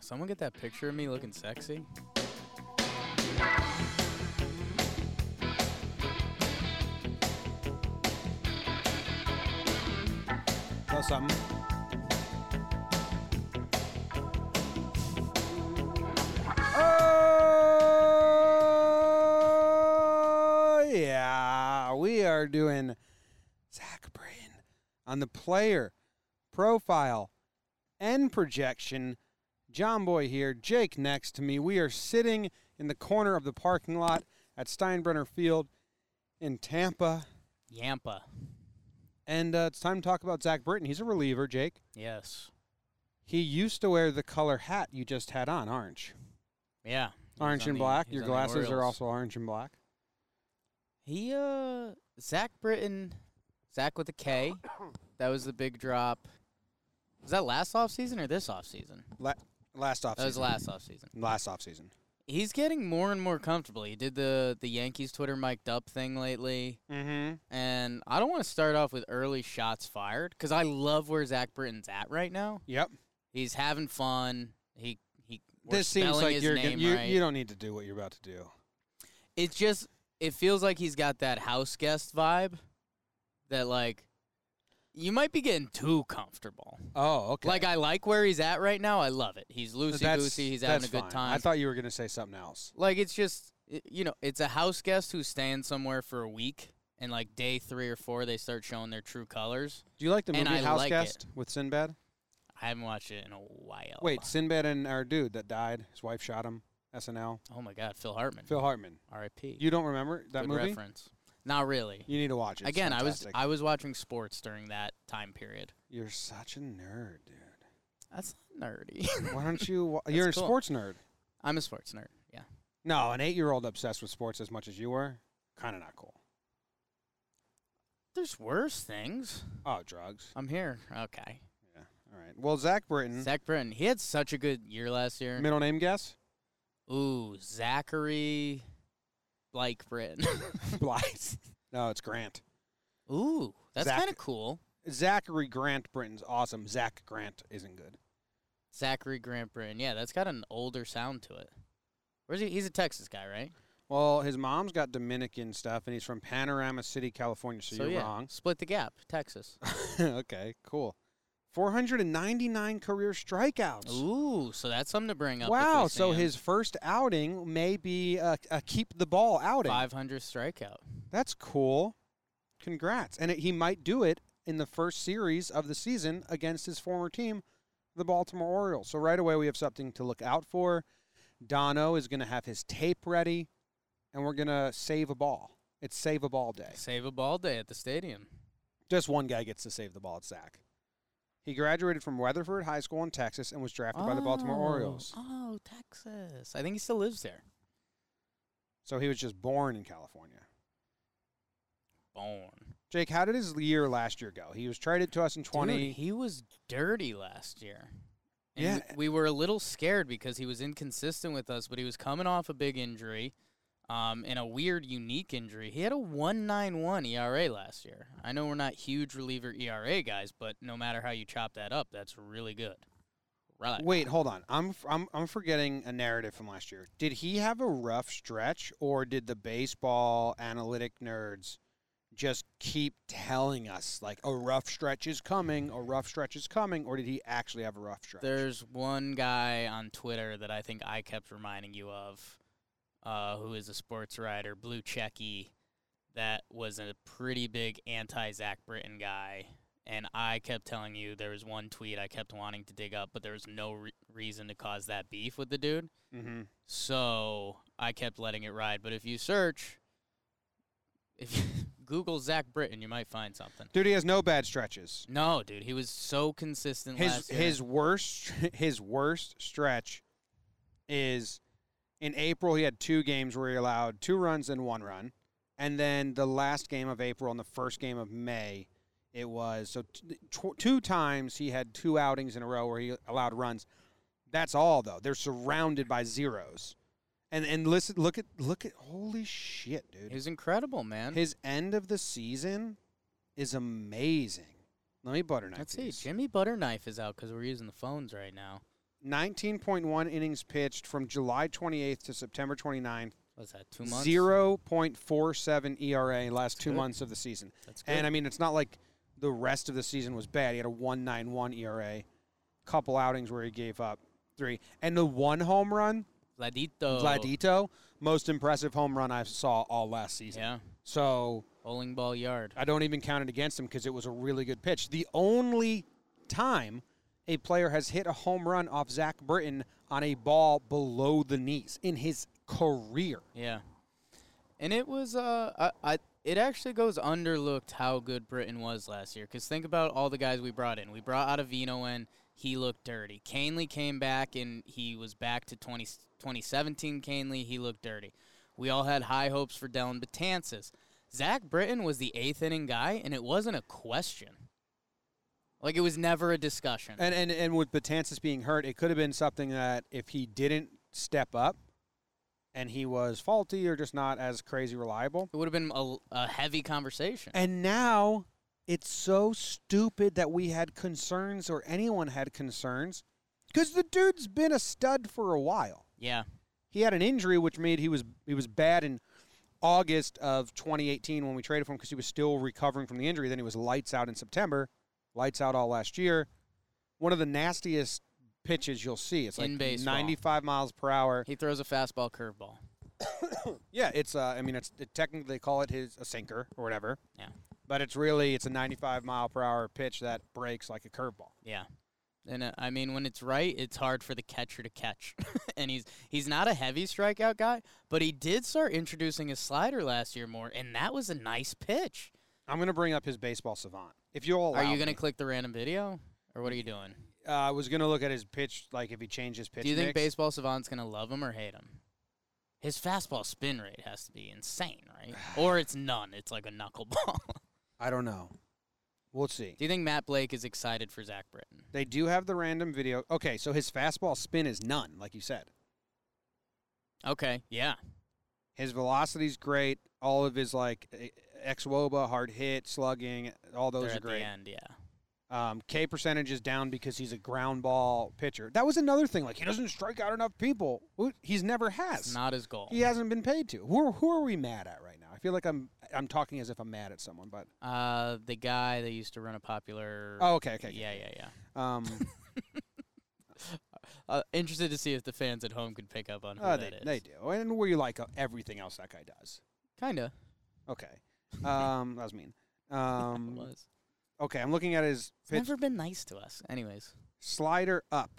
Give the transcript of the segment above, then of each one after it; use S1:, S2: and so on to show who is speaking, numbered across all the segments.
S1: Someone get that picture of me looking sexy.
S2: Tell us something. Oh yeah, we are doing Zach Brain on the player profile and projection. John Boy here, Jake next to me. We are sitting in the corner of the parking lot at Steinbrenner Field in Tampa,
S1: Yampa.
S2: and uh, it's time to talk about Zach Britton. He's a reliever, Jake.
S1: Yes.
S2: He used to wear the color hat you just had on, orange.
S1: Yeah. He's
S2: Orange
S1: on
S2: and
S1: the-
S2: black.
S1: he's
S2: Your
S1: on the
S2: glasses are
S1: Orioles.
S2: also orange and black.
S1: He uh Zach Britton, Zach with a K. that was the big drop. Was that last offseason or this offseason?
S2: La- last offseason.
S1: That was last offseason.
S2: last offseason.
S1: He's getting more and more comfortable. He did the the Yankees Twitter mic'd up thing lately.
S2: Mm-hmm.
S1: And I don't want to start off with early shots fired because I love where Zach Britton's at right now.
S2: Yep.
S1: He's having fun. He he. we're
S2: this seems
S1: spelling
S2: like
S1: his
S2: you're
S1: name
S2: gonna, you,
S1: right.
S2: you don't need to do what you're about to do.
S1: it's just it feels like he's got that house guest vibe that like you might be getting too comfortable.
S2: Oh, okay.
S1: Like I like where he's at right now. I love it. He's loosey
S2: That's-
S1: goosey. He's
S2: that's
S1: having a good
S2: fine.
S1: time.
S2: I thought you were going to say something else.
S1: like it's just i- you know it's a house guest who's staying somewhere for a week and like day three or four they start showing their true colors.
S2: Do you like the movie
S1: And I
S2: House
S1: like
S2: Guest with Sinbad?
S1: I haven't watched it in a while.
S2: Wait, Sinbad and our dude that died, his wife shot him, SNL.
S1: Oh my God, Phil Hartman.
S2: Phil Hartman.
S1: R.I.P.
S2: You don't remember that
S1: Good
S2: movie?
S1: reference. Not really.
S2: You need to watch it. It's
S1: Again, I was
S2: fantastic.
S1: I was watching sports during that time period.
S2: You're such a nerd, dude.
S1: That's not nerdy.
S2: Why don't you? wa- You're a
S1: cool.
S2: sports nerd.
S1: I'm a sports nerd. Yeah.
S2: No, an eight-year-old obsessed with sports as much as you were, kind of not cool.
S1: There's worse things.
S2: Oh, drugs.
S1: I'm here. Okay.
S2: Yeah. All right. Well, Zach Britton.
S1: Zach Britton. He had such a good year last year.
S2: Middle name guess?
S1: Ooh, Zachary Blake Britton.
S2: Blythe. No, it's Grant.
S1: Ooh, that's
S2: Zach-
S1: kind of cool.
S2: Zachary Grant Britton's awesome. Zach Grant isn't good.
S1: Zachary Grant Britton. Yeah, that's got an older sound to it. Where's he? He's a Texas guy, right?
S2: Well, his mom's got Dominican stuff, and he's from Panorama City, California. So, you're
S1: yeah,
S2: wrong.
S1: split the gap, Texas.
S2: okay, cool. 499 career strikeouts.
S1: Ooh, so that's something to bring up. if we
S2: wow.
S1: see
S2: So
S1: him.
S2: his first outing may be a, a keep the ball outing.
S1: 500 strikeout.
S2: That's cool. Congrats. And it, he might do it in the first series of the season against his former team, the Baltimore Orioles. So right away, we have something to look out for. Dono is going to have his tape ready, and we're going to save a ball. It's save a ball day.
S1: Save a ball day at the stadium.
S2: Just one guy gets to save the ball. It's Zach. He graduated from Weatherford High School in Texas and was drafted by the Baltimore
S1: Oh,
S2: Orioles.
S1: Oh, Texas. I think he still lives there.
S2: So he was just born in California.
S1: Born.
S2: Jake, how did his year last year go? He was traded to us in 20.
S1: Dude, he was dirty last year. And
S2: Yeah.
S1: we, we were a little scared because he was inconsistent with us, but he was coming off a big injury um, and a weird, unique injury. He had a 191 ERA E last year. I know we're not huge reliever ERA guys, but no matter how you chop that up, that's really good. Right.
S2: Wait, hold on. I'm, f- I'm I'm forgetting a narrative from last year. Did he have a rough stretch, or did the baseball analytic nerds just keep telling us like a rough stretch is coming, a rough stretch is coming, or did he actually have a rough stretch?
S1: There's one guy on Twitter that I think I kept reminding you of, uh, who is a sports writer, Blue Checky, that was a pretty big anti Zach Britton guy. And I kept telling you there was one tweet I kept wanting to dig up, but there was no re- reason to cause that beef with the dude.
S2: mm-hmm.
S1: So I kept letting it ride. But if you search, if you Google Zach Britton, you might find something.
S2: Dude, he has no bad stretches.
S1: No, dude, he was so consistent
S2: His
S1: last year.
S2: his worst his worst stretch is in April. He had two games where he allowed two runs and one run, and then the last game of April and the first game of May, it was so t- tw- two times he had two outings in a row where he allowed runs. That's all though. They're surrounded by zeros, and and listen, look at look at holy shit, dude.
S1: he was incredible, man.
S2: His end of the season is amazing. Let me butter knife
S1: Let's see.
S2: these.
S1: Jimmy Butterknife is out because we're using the phones right now.
S2: 19.1 innings pitched from July 28th to September 29th.
S1: What's that? Two months.
S2: 0.47 ERA last two
S1: good.
S2: months of the season.
S1: That's good.
S2: And I mean, it's not like the rest of the season was bad. He had a 1.91 ERA, couple outings where he gave up three, and the one home run,
S1: Vladito.
S2: Vladito, most impressive home run I saw all last season.
S1: Yeah.
S2: So
S1: Bowling ball yard.
S2: I don't even count it against him because it was a really good pitch. The only time a player has hit a home run off Zach Britton on a ball below the knees in his career.
S1: Yeah. And it was uh I, I it actually goes underlooked how good Britain was last year cuz think about all the guys we brought in. We brought Ottavino in, he looked dirty. Canley came back and he was back to 20, 2017 Canley, he looked dirty. We all had high hopes for Dellin Batances. Zach Britton was the eighth inning guy and it wasn't a question. Like it was never a discussion.
S2: And and and with Batanzas being hurt, it could have been something that if he didn't step up and he was faulty or just not as crazy reliable.
S1: It would have been a, a heavy conversation.
S2: And now it's so stupid that we had concerns or anyone had concerns cuz the dude's been a stud for a while.
S1: yeah.
S2: He had an injury which made he was he was bad in August of 2018 when we traded for him because he was still recovering from the injury. Then he was lights out in September, lights out all last year. One of the nastiest pitches you'll see. It's like
S1: In baseball.
S2: 95 miles per hour.
S1: He throws a fastball curveball.
S2: Yeah, it's uh, I mean, it's it, technically they call it his a sinker or whatever.
S1: Yeah.
S2: But it's really it's a 95 mile per hour pitch that breaks like a curveball.
S1: Yeah. And uh, I mean, when it's right, it's hard for the catcher to catch. and he's he's not a heavy strikeout guy, but he did start introducing his slider last year more, and that was a nice pitch.
S2: I'm gonna bring up his baseball savant. If you'll allow
S1: are you
S2: me.
S1: gonna click the random video, or what are you doing?
S2: Uh, I was gonna look at his pitch, like if he changed his pitch.
S1: Do you think
S2: mix.
S1: baseball savant's gonna love him or hate him? His fastball spin rate has to be insane, right? or it's none. It's like a knuckleball.
S2: I don't know. We'll see.
S1: Do you think Matt Blake is excited for Zach Britton?
S2: They do have the random video. Okay, so his fastball spin is none, like you said.
S1: Okay, yeah,
S2: His velocity's great. All of his like e- ex woba, hard hit, slugging, all those
S1: they're
S2: are
S1: at
S2: great.
S1: the end, yeah.
S2: Um, K percentage is down because he's a ground ball pitcher. That was another thing. Like he doesn't strike out enough people. Who- He's never
S1: It's
S2: has.
S1: not his goal.
S2: He hasn't been paid to. Who are, who are we mad at right now? I feel like I'm I'm talking as if I'm mad at someone, but
S1: Uh, the guy that used to run a popular.
S2: oh okay okay. okay.
S1: Yeah, yeah, yeah.
S2: Um,
S1: Uh, interested to see if the fans at home could pick up on who
S2: oh,
S1: that
S2: they,
S1: is.
S2: they do, and we like uh, everything else that guy does.
S1: Kinda.
S2: Okay, um, that was mean. Um,
S1: was.
S2: Okay, I'm looking at his
S1: It's
S2: pitch
S1: never been nice to us, anyways.
S2: slider up.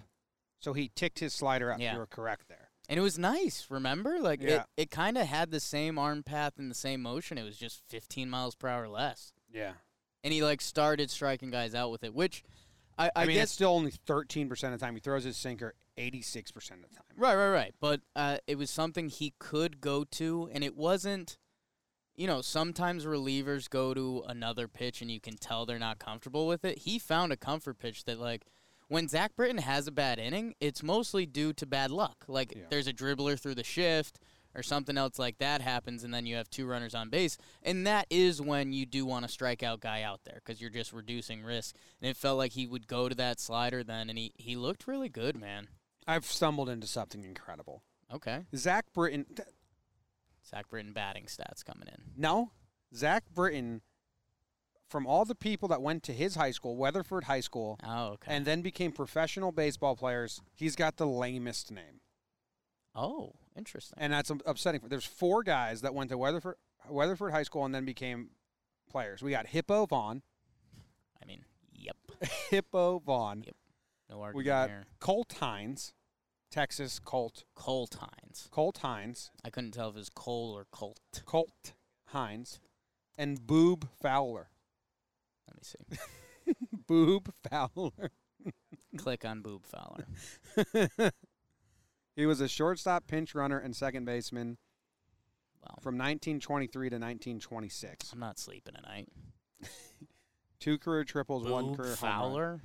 S2: So he ticked his slider up.
S1: Yeah.
S2: You were correct there.
S1: And it was nice, remember? Like
S2: Yeah.
S1: it, it kind of had the same arm path and the same motion. It was just 15 miles per hour less.
S2: Yeah.
S1: And he like started striking guys out with it, which I,
S2: I,
S1: I,
S2: mean, it's
S1: guess
S2: still only 13% of the time. He throws his sinker 86% of the time.
S1: right, right, right. But uh, it was something he could go to, and it wasn't. You know, sometimes relievers go to another pitch and you can tell they're not comfortable with it. He found a comfort pitch that, like, when Zach Britton has a bad inning, it's mostly due to bad luck. Like
S2: Yeah.
S1: there's a dribbler through the shift or something else like that happens, and then you have two runners on base, and that is when you do want to strike out guy out there because you're just reducing risk. And it felt like he would go to that slider then, and he he looked really good, man.
S2: I've stumbled into something incredible.
S1: Okay,
S2: Zach Britton. th-
S1: Zach Britton batting stats coming in.
S2: No, Zach Britton, from all the people that went to his high school, Weatherford High School,
S1: Oh, okay.
S2: and then became professional baseball players, he's got the lamest name.
S1: oh, interesting.
S2: and that's um, upsetting. for- There's four guys that went to Weatherford Weatherford High School and then became players. We got Hippo Vaughn,
S1: I mean, yep.
S2: Hippo Vaughn.
S1: No argument
S2: we got
S1: here.
S2: Colt Hines, Texas Colt,
S1: Colt Hines.
S2: Colt Hines,
S1: I couldn't tell if it was Cole or Colt.
S2: Colt Hines, and Boob Fowler.
S1: Let me see.
S2: Boob Fowler.
S1: Click on Boob Fowler.
S2: he was a shortstop, pinch runner, and second baseman
S1: Well,
S2: from 1923 to 1926.
S1: I'm not sleeping tonight.
S2: Two career triples, one
S1: Boob
S2: career home run.
S1: Fowler.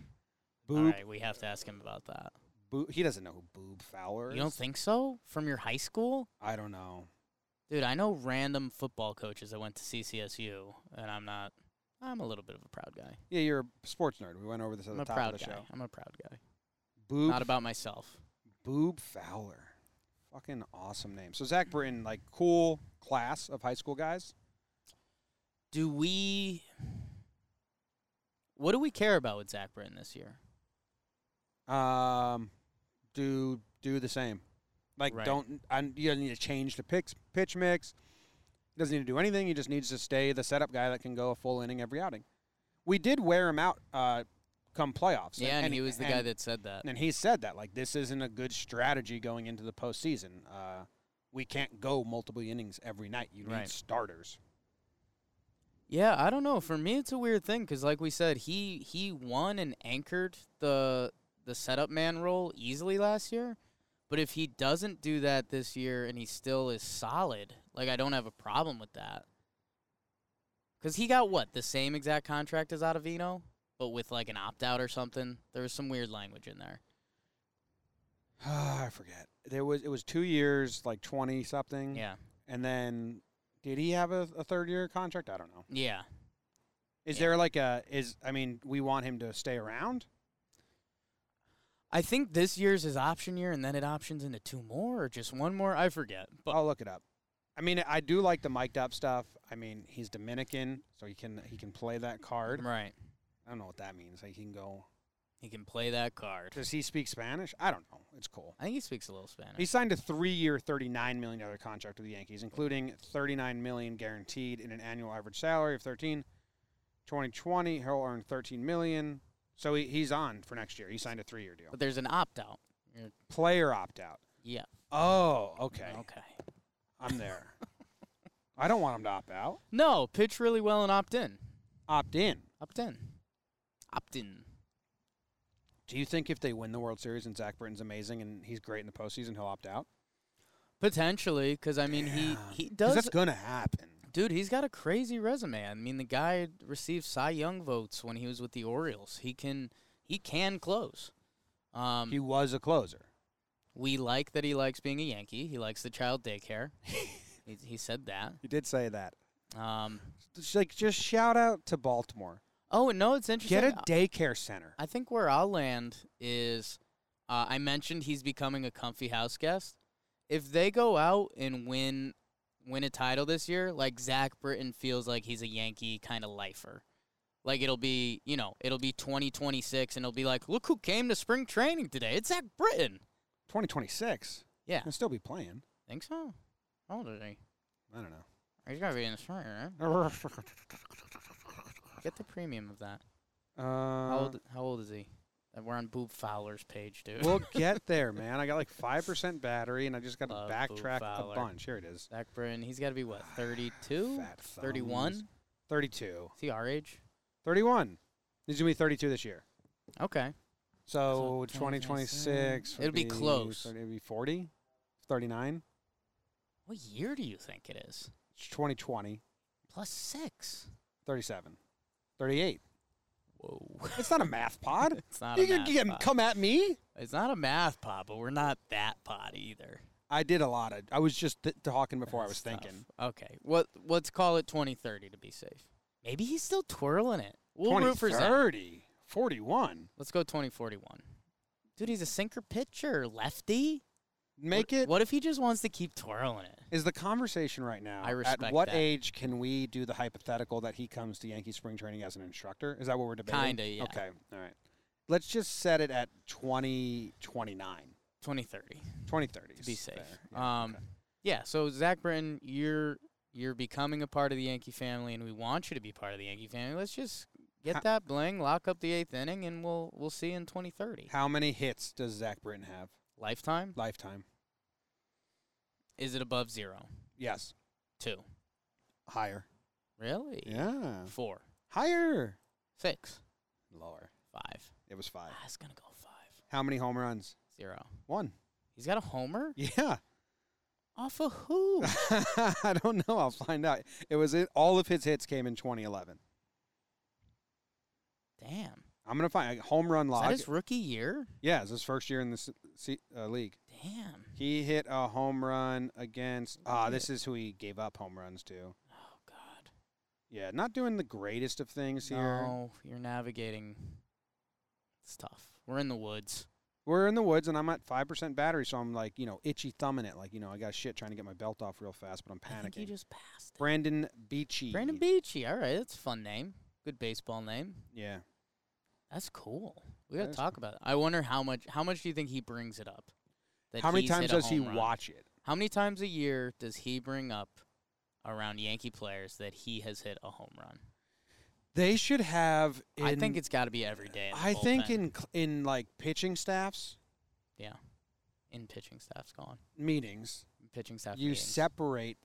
S1: All
S2: Boob,
S1: right, we have to ask him about that.
S2: Boob. He doesn't know who Boob Fowler is.
S1: You don't think so? From your high school,
S2: I don't know.
S1: dude? I know random football coaches that went to CCSU, and I'm not. I'm a little bit of a proud guy.
S2: Yeah, you're a sports nerd. We went over this at
S1: I'm
S2: the
S1: a
S2: top
S1: proud
S2: of the
S1: guy.
S2: show.
S1: I'm a proud guy.
S2: Boob,
S1: Not about myself.
S2: Boob Fowler. Fucking awesome name. So Zach Britton, like cool class of high school guys.
S1: Do we? What do we care about with Zach Britton this year?
S2: Um, do do the same. Like
S1: Right.
S2: don't I, you don't need to change the picks, pitch mix. He doesn't need to do anything. He just needs to stay the setup guy that can go a full inning every outing. We did wear him out uh, come playoffs.
S1: yeah, and, he was the guy that said that.
S2: And he said that like this isn't a good strategy going into the postseason. Uh, we can't go multiple innings every night. You need
S1: Right.
S2: starters.
S1: Yeah, I don't know. For me, it's a weird thing because, like we said, he he won and anchored the the setup man role easily last year. But if he doesn't do that this year and he still is solid, like I don't have a problem with that. Because he got what the same exact contract as Ottavino, but with like an opt out or something. There was some weird language in there.
S2: I forget. There was it was two years, like twenty something.
S1: Yeah,
S2: And then did he have a, a third year contract? I don't know.
S1: yeah.
S2: Is
S1: Yeah.
S2: there like a is I mean, we want him to stay around?
S1: I think this year's his option year, and then it options into two more or just one more. I forget. But
S2: I'll look it up. I mean, I do like the mic'd up stuff. I mean, he's Dominican, so he can he can play that card.
S1: right,
S2: I don't know what that means. Like he can go.
S1: he can play that card.
S2: Does he speak Spanish? I don't know. It's cool.
S1: I think he speaks a little Spanish.
S2: He signed a three-year, thirty-nine million dollar contract with the Yankees, including thirty-nine million guaranteed and an annual average salary of thirteen. 2020, he'll earn thirteen million. So he, he's on for next year. He signed a three-year deal.
S1: but there's an opt out.
S2: Player opt-out.
S1: Yeah.
S2: Oh, okay.
S1: Okay.
S2: I'm there. I don't want him to opt out.
S1: No, pitch really well and opt in.
S2: Opt in.
S1: Opt in. Opt in.
S2: Do you think if they win the World Series and Zach Britton's amazing and he's great in the postseason, he'll opt out?
S1: Potentially, because I mean,
S2: Damn.
S1: he he
S2: 'Cause
S1: does.
S2: that's gonna happen.
S1: dude, he's got a crazy resume. I mean, the guy received Cy Young votes when he was with the Orioles. He can he can close. Um,
S2: He was a closer.
S1: we like that he likes being a Yankee. He likes the child daycare. he, he said that.
S2: He did say that.
S1: Um,
S2: Just, like, just shout out to Baltimore.
S1: oh and no, it's interesting.
S2: Get a daycare center.
S1: I think where I'll land is uh, I mentioned he's becoming a comfy house guest. If they go out and win win a title this year, like Zach Britton feels like he's a Yankee kind of lifer. Like it'll be, you know, it'll be 2026 and it'll be like, look who came to spring training today. It's Zach Britton.
S2: 2026.
S1: Yeah.
S2: He'll still be playing.
S1: Think so? How old is he?
S2: I don't
S1: He's got to be in the spring, right?
S2: know.
S1: Get the premium of that. How
S2: Uh,
S1: old, how old is he? Uh, We're on Boob Fowler's page, dude.
S2: we'll get there, man. I got like five percent battery, and I just got to
S1: Love Boo
S2: backtrack a
S1: Fowler.
S2: bunch. Here it is.
S1: Zach Britton, he's got to be what, 32?
S2: Fat thumbs.
S1: 31? Is
S2: 32.
S1: he our age?
S2: 31. He's gonna be 32 this year.
S1: Okay.
S2: So,
S1: So
S2: 2026.
S1: 2026
S2: would
S1: It'll be close.
S2: 30, it'd be 40, 39.
S1: What year do you think it is?
S2: It's 2020,
S1: Plus six.
S2: 37, 38.
S1: Whoa.
S2: It's not a math pod.
S1: It's not
S2: you
S1: a
S2: can
S1: math
S2: get-
S1: pod.
S2: come at me.
S1: it's not a math pod, but we're not that pod either.
S2: I did a lot of. I was just th- talking before I was
S1: That's tough.
S2: thinking.
S1: Okay. What let's call it twenty thirty to be safe. Maybe he's still twirling it. We'll root for Zach.
S2: 30, 41.
S1: Let's go twenty forty one. Dude, he's a sinker pitcher, lefty.
S2: Make
S1: what,
S2: it.
S1: What if he just wants to keep twirling it?
S2: Is the conversation right now?
S1: I respect
S2: At what
S1: that.
S2: age can we do the hypothetical that he comes to Yankee spring training as an instructor? Is that what we're debating?
S1: Kinda, yeah.
S2: Okay, all right. Let's just set it at 20, 29,
S1: Twenty thirty
S2: 2030.
S1: to be safe.
S2: Yeah,
S1: um,
S2: okay.
S1: yeah. So Zach Britton, you're you're becoming a part of the Yankee family, and we want you to be part of the Yankee family. Let's just get
S2: Ha-
S1: that bling, lock up the eighth inning, and we'll we'll see in 2030.
S2: How many hits does Zach Britton have?
S1: Lifetime
S2: Lifetime.
S1: is it above zero?
S2: Yes.
S1: Two.
S2: Higher.
S1: Really?
S2: Yeah.
S1: Four.
S2: Higher.
S1: Six.
S2: Lower.
S1: Five.
S2: It was five.
S1: Ah, it's gonna go five.
S2: How many home runs?
S1: Zero.
S2: One.
S1: He's got a homer
S2: Yeah.
S1: off of who?
S2: I don't know. I'll find out. It was it, all of his hits came in 2011.
S1: Damn.
S2: I'm gonna find a home run
S1: Is that
S2: log.
S1: his rookie year?
S2: Yeah, it's his first year in the s- se- uh, league.
S1: Damn.
S2: He hit a home run against. Ah,
S1: at
S2: this is who he gave up home runs to.
S1: Oh God.
S2: Yeah, not doing the greatest of things here.
S1: No, you're navigating. It's tough. We're in the woods.
S2: we're in the woods and I'm at five percent battery, so I'm like, you know, itchy thumbing it, like you know, I got shit trying to get my belt off real fast, but I'm
S1: I think
S2: panicking.
S1: you just passed. it.
S2: Brandon Beachy.
S1: Brandon Beachy. All right, that's a fun name. Good baseball name.
S2: Yeah,
S1: That's cool. We
S2: That
S1: got to
S2: is
S1: talk about it. I wonder how much how much do you think he brings it up? that
S2: how many
S1: he's hit
S2: times
S1: a
S2: does he
S1: home run?
S2: watch it?
S1: How many times a year does he bring up around Yankee players that he has hit a home run?
S2: They should have. In,
S1: I think it's got to be every day. in the
S2: I think
S1: bullpen,
S2: in cl- in like pitching staffs
S1: in pitching staff's gone.
S2: meetings,
S1: Pitching staff.
S2: you
S1: meetings.
S2: separate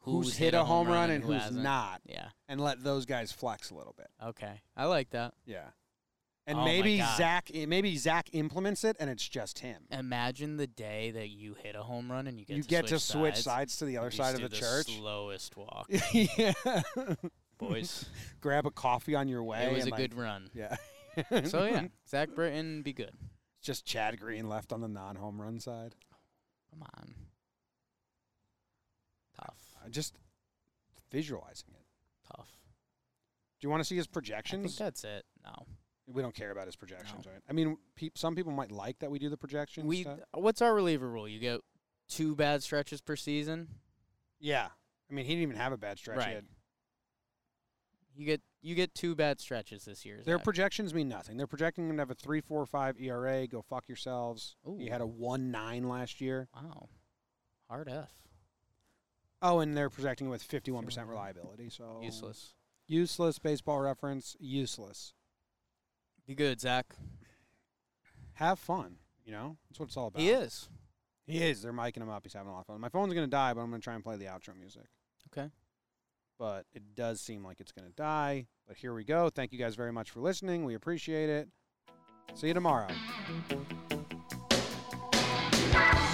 S2: who's, hit, a home run and
S1: who
S2: who's
S1: hasn't.
S2: not,
S1: Yeah.
S2: and let those guys flex a little bit.
S1: Okay. I like that.
S2: Yeah, and
S1: Oh my
S2: maybe
S1: God.
S2: Zach, eh, maybe Zach implements it, and it's just him.
S1: Imagine the day that you hit a home run and you get
S2: you
S1: to
S2: get
S1: switch
S2: to switch
S1: sides.
S2: sides to the other
S1: You
S2: side
S1: just
S2: of
S1: do
S2: the church.
S1: Slowest walk,
S2: yeah.
S1: boys.
S2: Grab a coffee on your way.
S1: it was
S2: and
S1: a
S2: like-
S1: good run.
S2: Yeah.
S1: So yeah, Zach Britton be good.
S2: just Chad Green left on the non-home run side.
S1: Come on. Tough.
S2: I just visualizing it.
S1: Tough.
S2: Do you want to see his
S1: I think
S2: projections?
S1: that's it. No.
S2: we don't care about his projections, right? I mean, peop some people might like that we do the projections.
S1: We uh,
S2: stuff.
S1: what's our reliever rule? You get two bad stretches per season.
S2: yeah. I mean, he didn't even have a bad stretch
S1: Right.
S2: yet.
S1: You get you get two bad stretches this year.
S2: Their
S1: Zach.
S2: projections mean nothing. They're projecting him to have a three, four, five ERA. Go fuck yourselves. He
S1: Ooh.
S2: had a one nine last year.
S1: wow. Hard F.
S2: Oh, and they're projecting with fifty one percent reliability. So
S1: Useless.
S2: Useless baseball reference. Useless.
S1: Be good, Zach.
S2: Have fun. You know that's what it's all about.
S1: He is.
S2: He is. They're micing him up. He's having a lot of fun. My phone's gonna die, but I'm gonna try and play the outro music.
S1: Okay.
S2: But it does seem like it's gonna die. But here we go. Thank you guys very much for listening. We appreciate it. See you tomorrow.
S3: Thank